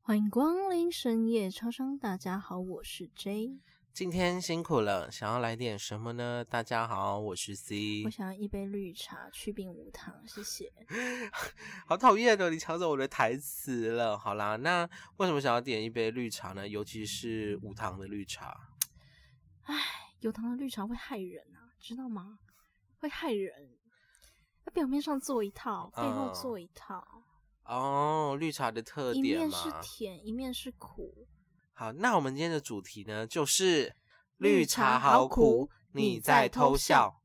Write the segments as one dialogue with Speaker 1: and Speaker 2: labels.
Speaker 1: 欢迎光临深夜超商，大家好，我是 J，
Speaker 2: 今天辛苦了，想要来点什么呢？大家好，我是 C
Speaker 1: 我。想要一杯绿茶，去冰无糖，谢谢。
Speaker 2: 好讨厌哦，你抢走我的台词了。好啦，那为什么想要点一杯绿茶呢？尤其是无糖的绿茶。
Speaker 1: 有糖的绿茶会害人啊，知道吗？会害人。他表面上做一套，背后
Speaker 2: 嗯
Speaker 1: 做一套，
Speaker 2: 哦，绿茶的特
Speaker 1: 一
Speaker 2: 点
Speaker 1: 面是
Speaker 2: 嘛。
Speaker 1: 甜，一面是苦。
Speaker 2: 好，那我们今天的主题呢，就是
Speaker 1: 绿茶好苦你在偷笑。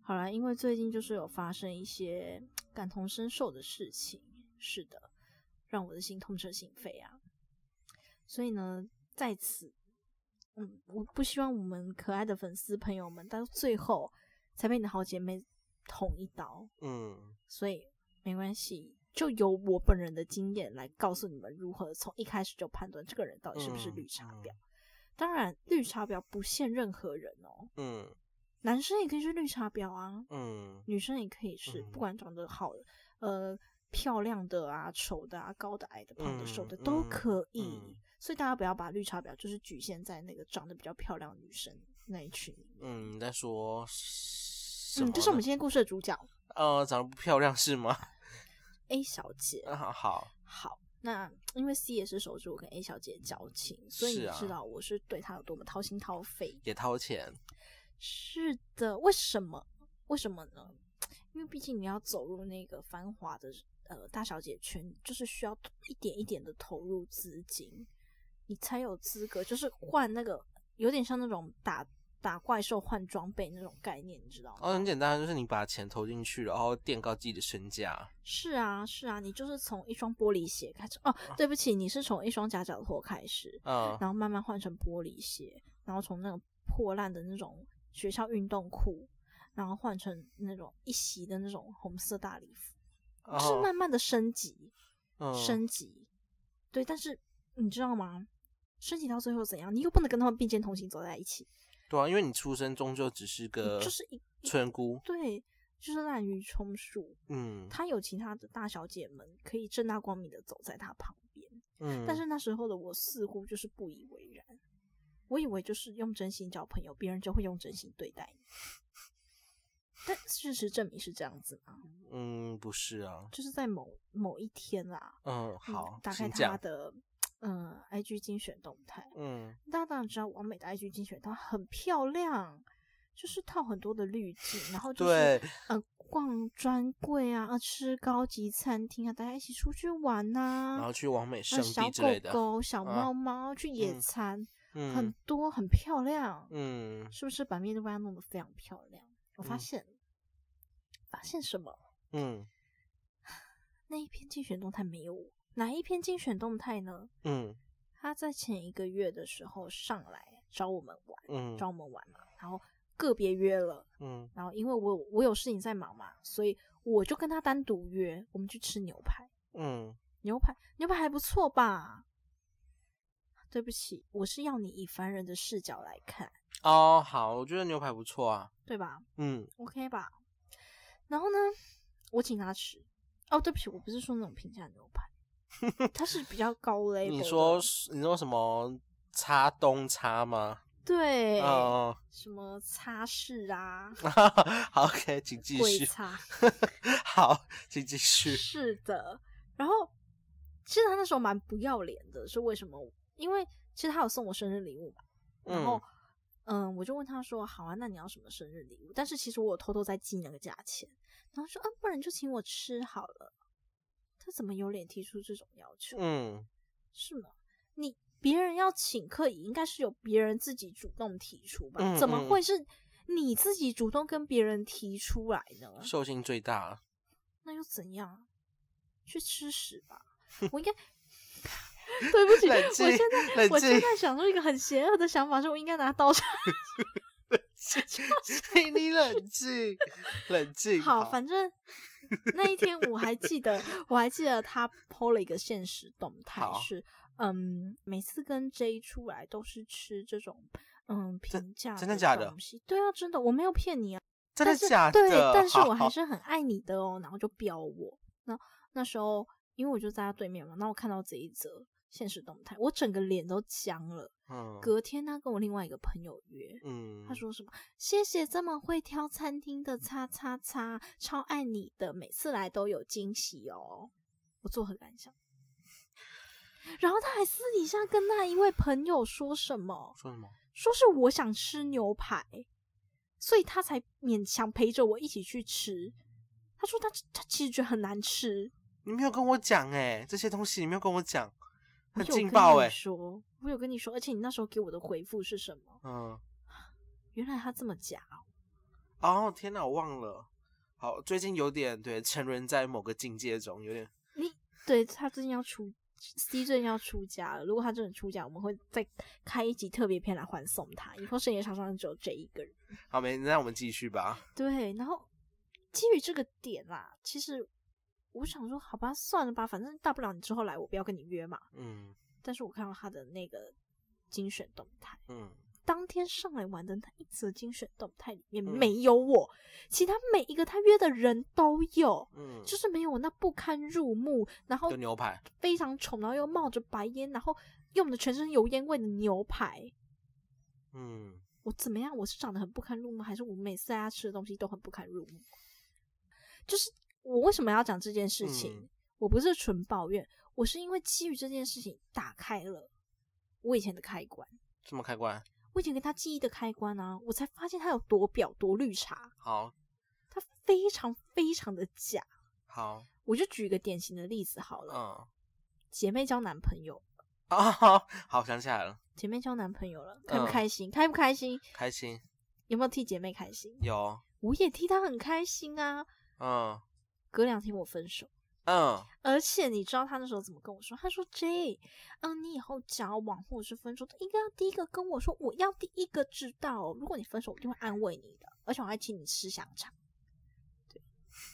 Speaker 1: 好啦，因为最近就是有发生一些感同身受的事情，是的，让我的心痛彻心扉啊。所以呢，在此，嗯，我不希望我们可爱的粉丝朋友们到最后才被你的好姐妹捅一刀，
Speaker 2: 嗯，
Speaker 1: 所以没关系，就由我本人的经验来告诉你们如何从一开始就判断这个人到底是不是
Speaker 2: 嗯
Speaker 1: 绿茶婊。
Speaker 2: 嗯
Speaker 1: 当然，绿茶婊不限任何人哦，
Speaker 2: 嗯
Speaker 1: 男生也可以是绿茶婊啊，
Speaker 2: 嗯
Speaker 1: 女生也可以是，
Speaker 2: 嗯
Speaker 1: 不管长得好，呃，漂亮的啊、丑的啊、高的、矮的、胖的、
Speaker 2: 嗯
Speaker 1: 瘦的、都可以。
Speaker 2: 嗯
Speaker 1: 所以大家不要把绿茶婊就是局限在那个长得比较漂亮的女生那一群里面。
Speaker 2: 嗯，你在说什
Speaker 1: 嗯，
Speaker 2: 么呢？
Speaker 1: 这是我们今天故事的主角
Speaker 2: 呃，长得不漂亮是吗？
Speaker 1: A 小姐。
Speaker 2: 啊，好，
Speaker 1: 好，那因为 C 也是守住我跟 A 小姐的交情，所以
Speaker 2: 是
Speaker 1: 你
Speaker 2: 啊
Speaker 1: 知道我是对她有多么掏心掏肺。
Speaker 2: 也掏钱。
Speaker 1: 是的，为什么？为什么呢？因为毕竟你要走入那个繁华的呃大小姐圈，就是需要一点一点的投入资金，你才有资格，就是换那个有点像那种打打怪兽换装备那种概念，你知道吗？
Speaker 2: 哦，很简单，就是你把钱投进去，然后垫高自己的身价。
Speaker 1: 是啊，是啊，你就是从一双玻璃鞋开始哦，对不起，你是从一双夹脚拖开始，
Speaker 2: 嗯
Speaker 1: 然后慢慢换成玻璃鞋，然后从那种破烂的那种学校运动裤，然后换成那种一袭的那种红色大礼服，
Speaker 2: 然
Speaker 1: 就是
Speaker 2: 后
Speaker 1: 慢慢的升级，
Speaker 2: 哦嗯
Speaker 1: 升级。对，但是你知道吗？升级到最后怎样？你又不能跟他们并肩同行走在一起，
Speaker 2: 对啊，因为你出生终究只是个
Speaker 1: 嗯就是一
Speaker 2: 村姑，
Speaker 1: 对，就是滥竽充数。
Speaker 2: 嗯
Speaker 1: 他有其他的大小姐们可以正大光明的走在他旁边，
Speaker 2: 嗯，
Speaker 1: 但是那时候的我似乎就是不以为然，我以为就是用真心交朋友，别人就会用真心对待你。但事实证明是这样子吗？
Speaker 2: 嗯不是啊，
Speaker 1: 就是在某某一天啦，
Speaker 2: 嗯
Speaker 1: 嗯
Speaker 2: 好，
Speaker 1: 打开
Speaker 2: 请
Speaker 1: 他
Speaker 2: 讲，
Speaker 1: 的嗯 IG 精选动态，
Speaker 2: 嗯
Speaker 1: 大家当然知道王美的 IG 精选它很漂亮，就是套很多的滤镜，然后就是
Speaker 2: 对
Speaker 1: 呃逛专柜啊，啊吃高级餐厅啊，大家一起出去玩呐、
Speaker 2: 然后去王美
Speaker 1: 那
Speaker 2: 圣
Speaker 1: 嗯小
Speaker 2: 地之类的
Speaker 1: 狗，狗、小
Speaker 2: 啊
Speaker 1: 猫猫、去野
Speaker 2: 嗯
Speaker 1: 餐，很
Speaker 2: 嗯
Speaker 1: 多，很漂亮，
Speaker 2: 嗯
Speaker 1: 是不是把面对外弄得非常漂亮？我发
Speaker 2: 嗯
Speaker 1: 现，发现什么？
Speaker 2: 嗯
Speaker 1: 那一篇竞选动态没有我，哪一篇竞选动态呢？
Speaker 2: 嗯
Speaker 1: 他在前一个月的时候上来找我们玩，
Speaker 2: 嗯
Speaker 1: 找我们玩嘛，然后个别约了，
Speaker 2: 嗯
Speaker 1: 然后因为我有我有事情在忙嘛，所以我就跟他单独约，我们去吃牛排，
Speaker 2: 嗯
Speaker 1: 牛排牛排还不错吧？对不起，我是要你以凡人的视角来看，
Speaker 2: 哦好，我觉得牛排不错啊，
Speaker 1: 对吧？
Speaker 2: 嗯
Speaker 1: OK 吧。然后呢，我请他吃。哦，对不起，我不是说那种平价牛 排，它是比较高 level 的。
Speaker 2: 你说你说什么叉东叉吗？
Speaker 1: 对，
Speaker 2: 哦
Speaker 1: 什么擦拭啊，
Speaker 2: 嗯好 OK，请 继
Speaker 1: 鬼
Speaker 2: 续，
Speaker 1: 擦，
Speaker 2: 好，请继 续，
Speaker 1: 是的。然后，其实他那时候蛮不要脸的，是为什么？因为其实他有送我生日礼物嘛。然后，嗯我就问他说：“好啊，那你要什么生日礼物？”但是其实我有偷偷在记那个价钱。然后说：“啊，不然你就请我吃好了。”他怎么有脸提出这种要求？
Speaker 2: 嗯
Speaker 1: 是吗？你别人要请客，也应该是有别人自己主动提出吧？
Speaker 2: 嗯
Speaker 1: 怎么
Speaker 2: 嗯
Speaker 1: 会是你自己主动跟别人提出来呢？
Speaker 2: 嗯，兽性最大，
Speaker 1: 那又怎样？啊去吃屎 吧！我应该， 对不起，
Speaker 2: 冷
Speaker 1: 我
Speaker 2: 静
Speaker 1: 现在
Speaker 2: 冷
Speaker 1: 我现
Speaker 2: 静
Speaker 1: 在想出一个很邪恶的想法，是我应该拿刀叉。
Speaker 2: 请你冷静，冷静。
Speaker 1: 好，反 正那一天我还记得，我还记得他 PO 了一个现实动态
Speaker 2: 好
Speaker 1: 是，嗯，每次跟 J 出来都是吃这种嗯平价
Speaker 2: 真的假的
Speaker 1: 东西，对啊，真的，我没有骗你啊，
Speaker 2: 真的
Speaker 1: 但是
Speaker 2: 假的？
Speaker 1: 对，但是
Speaker 2: 好
Speaker 1: 我还
Speaker 2: 好
Speaker 1: 是很爱你的哦。然后就飙我。那那时候因为我就在他对面嘛，那我看到这一则现实动态，我整个脸都僵了。
Speaker 2: 嗯
Speaker 1: 隔天他跟我另外一个朋友约，
Speaker 2: 嗯，
Speaker 1: 他说什么谢谢这么会挑餐厅的叉叉叉，超爱你的，每次来都有惊喜哦。我作何感想？ 然后他还私底下跟那一位朋友说什么？
Speaker 2: 说什么？
Speaker 1: 说是我想吃牛排，所以他才勉强陪着我一起去吃。他说他他其实觉得很难吃，
Speaker 2: 你没有跟我讲哎、这些东西你没有跟我讲，
Speaker 1: 我
Speaker 2: 很
Speaker 1: 有跟
Speaker 2: 劲爆哎、
Speaker 1: 你说，我有跟你说，而且你那时候给我的回复是什么？
Speaker 2: 嗯，
Speaker 1: 原来他这么假哦，
Speaker 2: 哦天哪，我忘了。好，最近有点对沉沦在某个境界中，有点
Speaker 1: 对他最近要出 C 最近要出家了。如果他真的出家，我们会再开一集特别篇来欢送他。以后深夜场上只有这一个人。
Speaker 2: 好没，那我们继续吧。
Speaker 1: 对，然后基于这个点啦，其实我想说，好吧，算了吧，反正大不了你之后来，我不要跟你约嘛。
Speaker 2: 嗯
Speaker 1: 但是我看到他的那个精选动态，
Speaker 2: 嗯，
Speaker 1: 当天上来玩的那一则精选动态里面
Speaker 2: 嗯
Speaker 1: 没有我，其他每一个他约的人都有，
Speaker 2: 嗯，
Speaker 1: 就是没有我那不堪入目，然后
Speaker 2: 的牛排，
Speaker 1: 非常丑，然后又冒着白烟，然后用的全身油烟味的牛排。
Speaker 2: 嗯
Speaker 1: 我怎么样？我是长得很不堪入目，还是我每次在家吃的东西都很不堪入目？就是我为什么要讲这件事情？
Speaker 2: 嗯
Speaker 1: 我不是纯抱怨，我是因为基于这件事情打开了我以前的开关。
Speaker 2: 什么开关？
Speaker 1: 我以前给他记忆的开关啊，我才发现他有多婊多绿茶，
Speaker 2: 好
Speaker 1: 他非常非常的假。
Speaker 2: 好，
Speaker 1: 我就举一个典型的例子好了，
Speaker 2: 嗯
Speaker 1: 姐妹交男朋友，
Speaker 2: 啊，好，好想起来了，
Speaker 1: 姐妹交男朋友了，开不
Speaker 2: 嗯
Speaker 1: 开心？开不开心？
Speaker 2: 开心
Speaker 1: 有没有替姐妹开心？
Speaker 2: 有，
Speaker 1: 我也替她很开心啊。
Speaker 2: 嗯
Speaker 1: 隔两天我分手，
Speaker 2: 嗯
Speaker 1: 而且你知道他那时候怎么跟我说？他说：“J，嗯，你以后交往或者是分手，都应该要第一个跟我说，我要第一个知道哦。如果你分手，我一定会安慰你的，而且我还请你吃香肠。”对，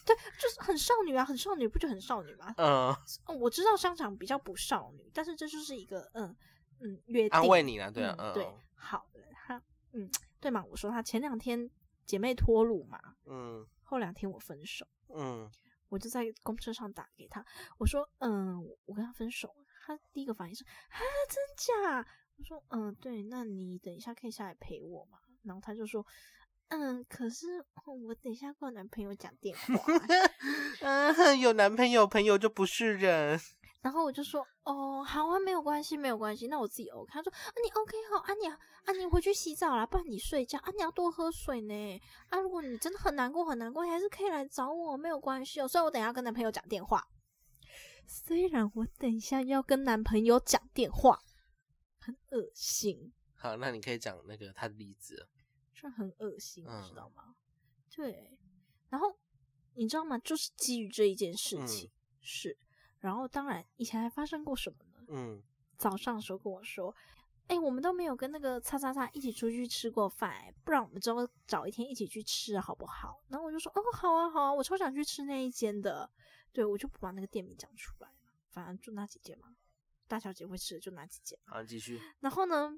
Speaker 1: 对，就是很少女啊，很少女，不就很少女吗？
Speaker 2: 嗯，
Speaker 1: 嗯，我知道商场比较不少女，但是这就是一个嗯嗯约定，
Speaker 2: 安慰你啦，对啊，
Speaker 1: 嗯
Speaker 2: 嗯
Speaker 1: 对，好了，他嗯对嘛，我说他前两天姐妹脱乳嘛，
Speaker 2: 嗯
Speaker 1: 后两天我分手，
Speaker 2: 嗯
Speaker 1: 我就在公车上打给他，我说嗯我跟他分手，他第一个反应是啊真假？我说嗯对，那你等一下可以下来陪我嘛，然后他就说。嗯，可是嗯我等一下跟我男朋友讲电话，啊
Speaker 2: 嗯，有男朋友，朋友就不是人，
Speaker 1: 然后我就说，哦，好啊，没有关系，没有关系，那我自己 OK。他说，啊，你 OK 好，啊你啊你回去洗澡啦，不然你睡觉啊，你要多喝水呢。啊，如果你真的很难过很难过，还是可以来找我，没有关系哦。虽然我等一下跟男朋友讲电话，虽然我等一下要跟男朋友讲电话，很恶心，
Speaker 2: 好，那你可以讲那个他的例子。
Speaker 1: 是很恶心，你知
Speaker 2: 嗯
Speaker 1: 道吗？对，然后你知道吗？就是基于这一件事
Speaker 2: 嗯
Speaker 1: 情，是，然后当然以前还发生过什么呢？
Speaker 2: 嗯
Speaker 1: 早上的时候跟我说，哎、我们都没有跟那个叉叉叉一起出去吃过饭、哎不然我们之后找一天一起去吃好不好？然后我就说，哦，好啊，好啊，我超想去吃那一间的。对，我就不把那个店名讲出来了，反正就那几间嘛，大小姐会吃的就那几间。
Speaker 2: 好，继续。
Speaker 1: 然后呢，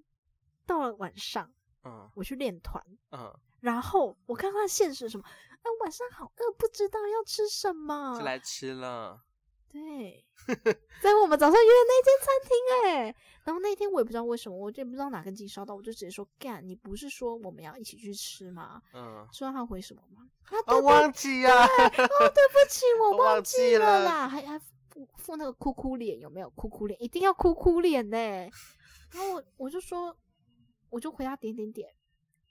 Speaker 1: 到了晚上，
Speaker 2: 嗯
Speaker 1: 我去练团，
Speaker 2: 嗯，
Speaker 1: 然后我看他现实什么，哎、晚上好饿，不知道要吃什么
Speaker 2: 是，来吃了。
Speaker 1: 对， 在我们早上约的那间餐厅哎、然后那天我也不知道为什么，我也不知道哪根筋烧到，我就直接说干，你不是说我们要一起去吃吗？
Speaker 2: 嗯，
Speaker 1: 知道他回什么吗？他
Speaker 2: 哦，
Speaker 1: 对不、
Speaker 2: 忘记啊，
Speaker 1: 哦，对不起，我
Speaker 2: 我忘
Speaker 1: 忘
Speaker 2: 记
Speaker 1: 了
Speaker 2: 了
Speaker 1: 啦，还还附附那个哭哭脸，有没有哭哭脸？一定要哭哭脸呢、然后我我就说，我就回他点点点，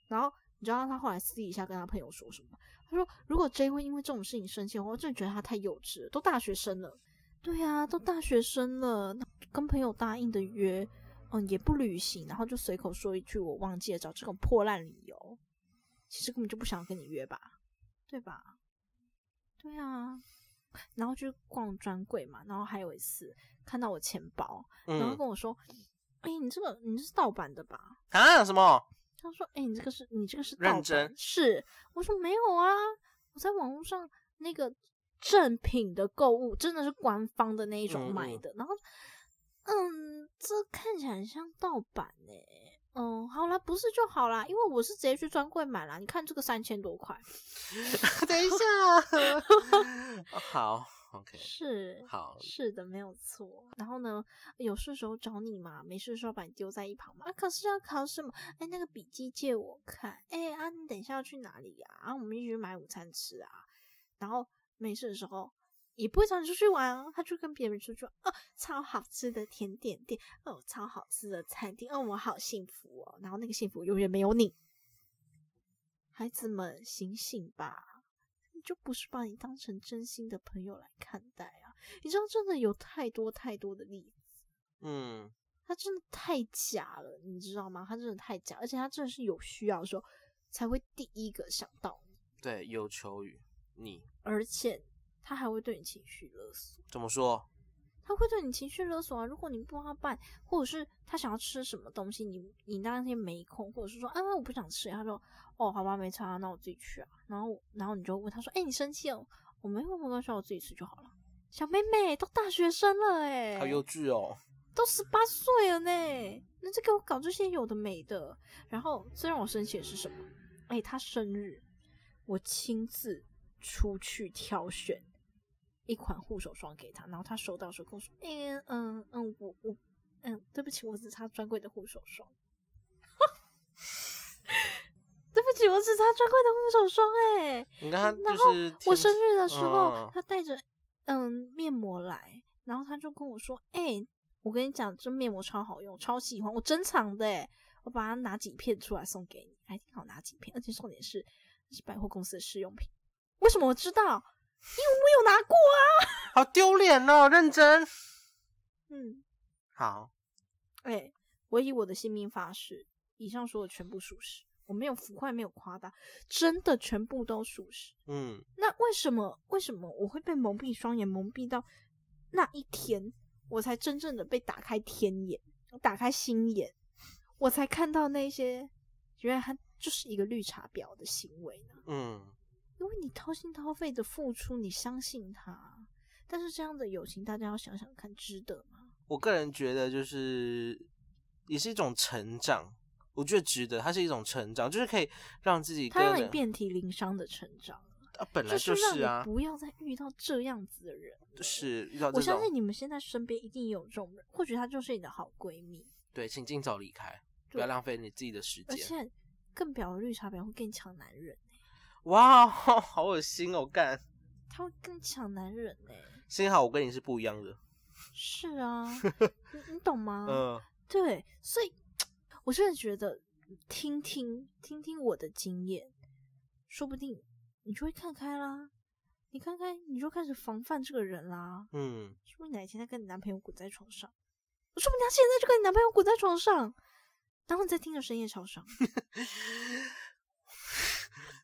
Speaker 1: 然后你知道他后来私底下跟他朋友说什么吗？他说如果 J 会因为这种事情生气的话，我真的觉得他太幼稚了，都大学生了。对啊，都大学生了，那跟朋友答应的约，嗯，也不履行，然后就随口说一句我忘记了，找这种破烂理由，其实根本就不想跟你约吧，对吧？对啊，然后去逛专柜嘛，然后还有一次看到我钱包，然后
Speaker 2: 嗯
Speaker 1: 跟我说：“哎、你这个你这是盗版的吧
Speaker 2: 啊，什 么？？”
Speaker 1: 他说：“哎、你这个是你这个是盗
Speaker 2: 认
Speaker 1: 版
Speaker 2: 真
Speaker 1: 是。”我说：“没有啊，我在网络上那个正品的购物，真的是官方的那一种
Speaker 2: 嗯
Speaker 1: 买
Speaker 2: 嗯
Speaker 1: 的。然后嗯，这看起来很像盗版哎、嗯，好啦，不是就好啦，因为我是直接去专柜买啦。你看这个三千多块，
Speaker 2: 等一下， 好，OK，
Speaker 1: 是
Speaker 2: 好，
Speaker 1: 是的，没有错。然后呢，有事的时候找你嘛，没事的时候把你丢在一旁嘛。啊，可是要考什么？哎，那个笔记借我看。哎啊，你等一下要去哪里呀、啊？啊，我们一起去买午餐吃啊。然后没事的时候也不会找你出去玩啊，他就跟别人出去玩哦，超好吃的甜点店，哦，超好吃的餐厅，哦，我好幸福哦。然后那个幸福永远没有你。孩子们，醒醒吧！你就不是把你当成真心的朋友来看待啊！你知道，真的有太多太多的例子，
Speaker 2: 嗯，
Speaker 1: 他真的太假了，你知道吗？他真的太假，而且他真的是有需要的时候才会第一个想到你，
Speaker 2: 对，有求于你
Speaker 1: 而且他还会对你情绪勒索。
Speaker 2: 怎么说？
Speaker 1: 他会对你情绪勒索啊！如果你不帮他办，或者是他想要吃什么东西，你你那天没空，或者是说啊我不想吃，他说哦好吧没差啊，那我自己去啊。然后然后你就问他说，哎、你生气了？我没有，没关系啊，我自己吃就好了。小妹妹都大学生了哎、
Speaker 2: 好幼稚哦，
Speaker 1: 都十八岁了呢，那就给我搞这些有的没的。然后最让我生气的是什么？哎、他生日，我亲自出去挑选一款护手霜给他，然后他收到的时候跟我说：“哎、嗯嗯，我我嗯，对不起，我只擦专柜的护手霜。”对不起，我只擦专柜的护手霜、哎，
Speaker 2: 你看他
Speaker 1: 然
Speaker 2: 就
Speaker 1: 后
Speaker 2: 是
Speaker 1: 我
Speaker 2: 天
Speaker 1: 生日的时候，
Speaker 2: 嗯
Speaker 1: 他带着嗯面膜来，然后他就跟我说：“哎、我跟你讲，这面膜超好用，超喜欢，我珍藏的、欸，我把它拿几片出来送给你，还挺好拿几片，而且重点是是百货公司的试用品。为什么我知道？因为我有拿过啊。
Speaker 2: 好丢脸哦，认真。
Speaker 1: 嗯，
Speaker 2: 好，
Speaker 1: 哎、我以我的性命发誓，以上说的全部属实，我没有浮夸，没有夸大，真的全部都属实。
Speaker 2: 嗯，
Speaker 1: 那为什么为什么我会被蒙蔽双眼，蒙蔽到那一天，我才真正的被打开天眼，打开心眼，我才看到那些原来他就是一个绿茶婊的行为呢？
Speaker 2: 嗯，
Speaker 1: 因为你掏心掏肺的付出，你相信他，但是这样的友情，大家要想想看，值得吗？
Speaker 2: 我个人觉得就是也是一种成长，我觉得值得，它是一种成长，就是可以让自己
Speaker 1: 他
Speaker 2: 跟
Speaker 1: 让你
Speaker 2: 人
Speaker 1: 遍体鳞伤的成长，
Speaker 2: 啊，本来
Speaker 1: 就是让
Speaker 2: 啊
Speaker 1: 你，不要再遇到这样子的人。
Speaker 2: 是遇到
Speaker 1: 我
Speaker 2: 这
Speaker 1: 相信
Speaker 2: 种
Speaker 1: 你们现在身边一定有这种人，或许她就是你的好闺蜜。
Speaker 2: 对，请尽早离开，不
Speaker 1: 对
Speaker 2: 要浪费你自己的时
Speaker 1: 而
Speaker 2: 间。
Speaker 1: 且更婊的绿茶婊会更抢男人、欸
Speaker 2: 哇， 好恶心哦，干！
Speaker 1: 他会更抢男人呢、
Speaker 2: 幸好我跟你是不一样的，
Speaker 1: 是啊，你你懂吗？
Speaker 2: 嗯、
Speaker 1: 对，所以我真的觉得听听听听我的经验，说不定你就会看开啦。你看开，你就开始防范这个人啦。
Speaker 2: 嗯，
Speaker 1: 说不定哪一天他跟你男朋友滚在床上，说不定他现在就跟你男朋友滚在床上，然后你再听着深夜超商，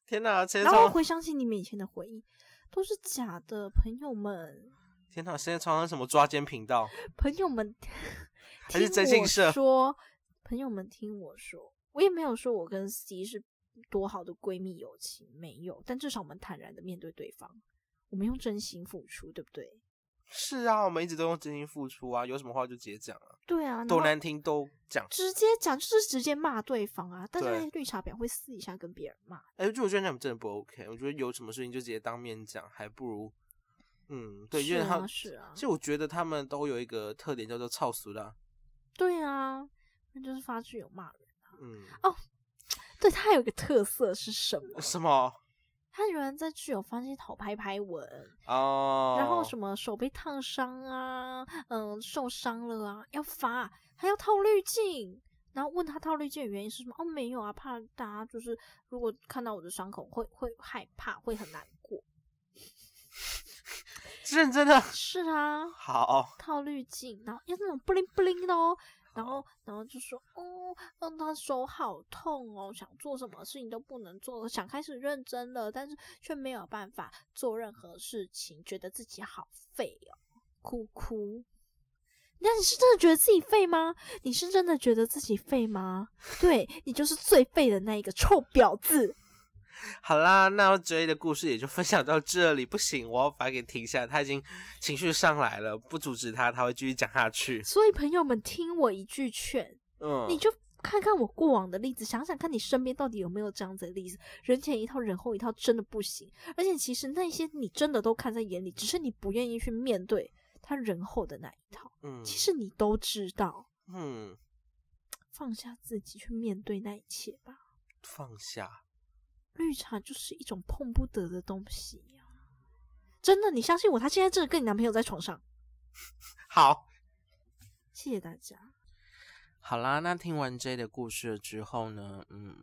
Speaker 2: 天哪，现在
Speaker 1: 然后
Speaker 2: 床，
Speaker 1: 回想起你们以前的回忆，都是假的，朋友们。
Speaker 2: 天哪，现在床上什么抓奸频道？
Speaker 1: 朋友们
Speaker 2: 还是
Speaker 1: 听
Speaker 2: 征信
Speaker 1: 我
Speaker 2: 社
Speaker 1: 说，朋友们听我说，我也没有说我跟 C 是多好的闺蜜友情，没有，但至少我们坦然的面对对方，我们用真心付出，对不对？
Speaker 2: 是啊，我们一直都用真心付出啊，有什么话就直接讲啊，
Speaker 1: 对啊，然
Speaker 2: 都
Speaker 1: 后
Speaker 2: 难听都讲。
Speaker 1: 直接讲就是直接骂对方啊，但是
Speaker 2: 对
Speaker 1: 那些绿茶婊会私底下跟别人骂，
Speaker 2: 哎、就我觉得那样真的不 OK，我觉得有什么事情就直接当面讲，还不如，嗯，对，
Speaker 1: 是
Speaker 2: 因为他
Speaker 1: 啊
Speaker 2: 们，
Speaker 1: 是啊
Speaker 2: 其，实我觉得他们都有一个特点叫做操俗啦，
Speaker 1: 对啊，那就是发自有骂人。
Speaker 2: 嗯，
Speaker 1: 对他有一个特色是什么？
Speaker 2: 什么
Speaker 1: 他原来在剧有发现讨拍拍文，
Speaker 2: 哦，
Speaker 1: 然后什
Speaker 2: 么，
Speaker 1: 么手被烫伤啊，嗯，受伤了啊，要罚，还要套滤镜。然后问他套滤镜的原因是什么？哦，没有啊，怕大家就是如果看到我的伤口会会害怕，会很难过。
Speaker 2: 认真的，
Speaker 1: 是啊，
Speaker 2: 好，
Speaker 1: 套滤镜，然后要那种布灵布灵的哦。然后，然后就说，哦，让他手好痛哦，想做什么事情都不能做，想开始认真了，但是却没有办法做任何事情，觉得自己好废哦，哭哭。那你是真的觉得自己废吗？你是真的觉得自己废吗？对你就是最废的那一个臭婊子。
Speaker 2: 好啦，那 J 的故事也就分享到这里，不行，我要把他给停下来，他已经情绪上来了，不阻止他，他会继续讲下去。
Speaker 1: 所以朋友们，听我一句劝，
Speaker 2: 嗯，
Speaker 1: 你就看看我过往的例子，想想看你身边到底有没有这样子的例子。人前一套，人后一套，真的不行。而且其实那些你真的都看在眼里，只是你不愿意去面对他人后的那一套。
Speaker 2: 嗯
Speaker 1: 其实你都知道，
Speaker 2: 嗯，
Speaker 1: 放下自己去面对那一切吧。
Speaker 2: 放下，
Speaker 1: 绿茶就是一种碰不得的东西呀、真的，你相信我，她现在真的跟你男朋友在床上。
Speaker 2: 好。
Speaker 1: 谢谢大家。
Speaker 2: 好啦，那听完 J 的故事之后呢，嗯，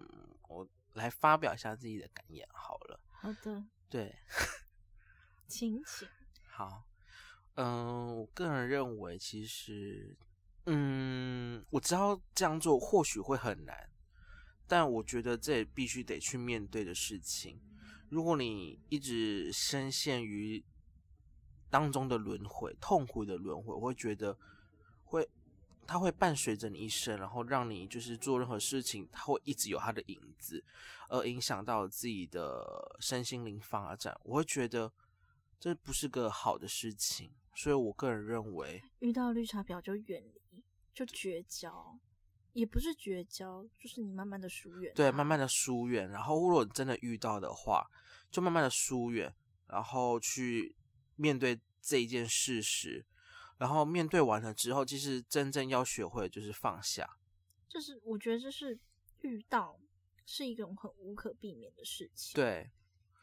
Speaker 2: 我来发表一下自己的感言好了。
Speaker 1: 好的，
Speaker 2: 对，
Speaker 1: 请请。
Speaker 2: 好，嗯，我个人认为，其实，嗯，我知道这样做或许会很难，但我觉得这也必须得去面对的事情。如果你一直深陷于当中的轮回，痛苦的轮回，我会觉得会，它会伴随着你一生，然后让你就是做任何事情，它会一直有它的影子。而影响到自己的身心灵发展，我会觉得这不是个好的事情。所以我个人认为，
Speaker 1: 遇到绿茶婊就远离，就绝交，也不是绝交，就是你慢慢的啊疏远。
Speaker 2: 对，慢慢的疏远。然后，如果你真的遇到的话，就慢慢的疏远，然后去面对这一件事实。然后面对完了之后，其实真正要学会的就是放下。
Speaker 1: 就是我觉得这是遇到是一种很无可避免的事情。，
Speaker 2: 对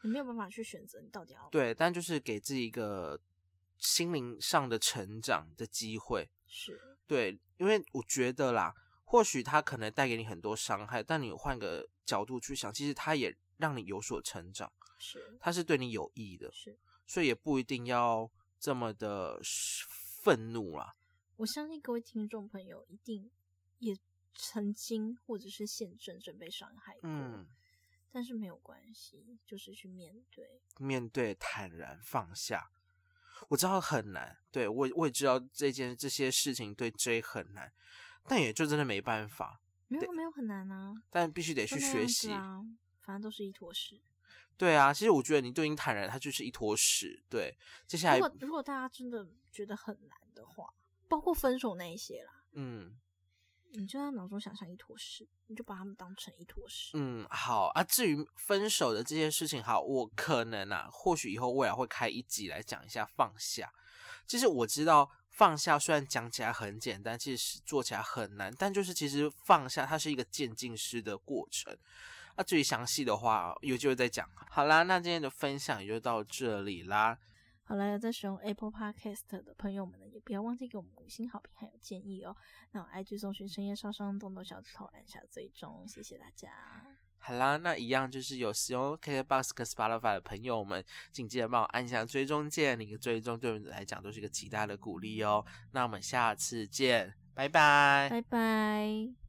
Speaker 1: 你没有办法去选择你到底要。，
Speaker 2: 对，但就是给自己一个心灵上的成长的机会。
Speaker 1: 是
Speaker 2: 对，因为我觉得啦，或许它可能带给你很多伤害，但你换个角度去想，其实它也让你有所成长，
Speaker 1: 是
Speaker 2: 它是对你有益的，
Speaker 1: 是，
Speaker 2: 所以也不一定要这么的愤怒啦。
Speaker 1: 我相信各位听众朋友一定也曾经或者是现正正被伤害过，
Speaker 2: 嗯，
Speaker 1: 但是没有关系，就是去面对。
Speaker 2: 嗯面对坦然放下，我知道很难，对我也我也知道这件这些事情对 J 很难，但也就真的没办法，
Speaker 1: 没有没有很难啊，
Speaker 2: 但必须得
Speaker 1: 就
Speaker 2: 去
Speaker 1: 那样
Speaker 2: 学
Speaker 1: 子
Speaker 2: 习。
Speaker 1: 啊，反正都是一坨屎。
Speaker 2: 对啊，其实我觉得你都已经坦然，它就是一坨屎。对，接下来
Speaker 1: 如果如果大家真的觉得很难的话，包括分手那一些啦，
Speaker 2: 嗯。
Speaker 1: 你就在脑中想象一坨屎，你就把他们当成一坨屎。
Speaker 2: 嗯，好啊。至于分手的这件事情，好，我可能啊，或许以后未来会开一集来讲一下放下。其实我知道放下虽然讲起来很简单，其实做起来很难，但就是其实放下它是一个渐进式的过程。那、至于详细的话，有机会再讲。好啦，那今天的分享也就到这里啦。
Speaker 1: 好了，有在使用 Apple Podcast 的朋友们呢，也不要忘记给我们五星好评还有建议哦。那我 IG 搜寻深夜烧伤，动动小指头按下追踪，谢谢大家。
Speaker 2: 好啦，那一样就是有使用 KKBOX 跟 Spotify 的朋友们，请记得帮我按下追踪键，你的追踪对我们来讲都是一个极大的鼓励哦。那我们下次见，拜拜
Speaker 1: 拜拜。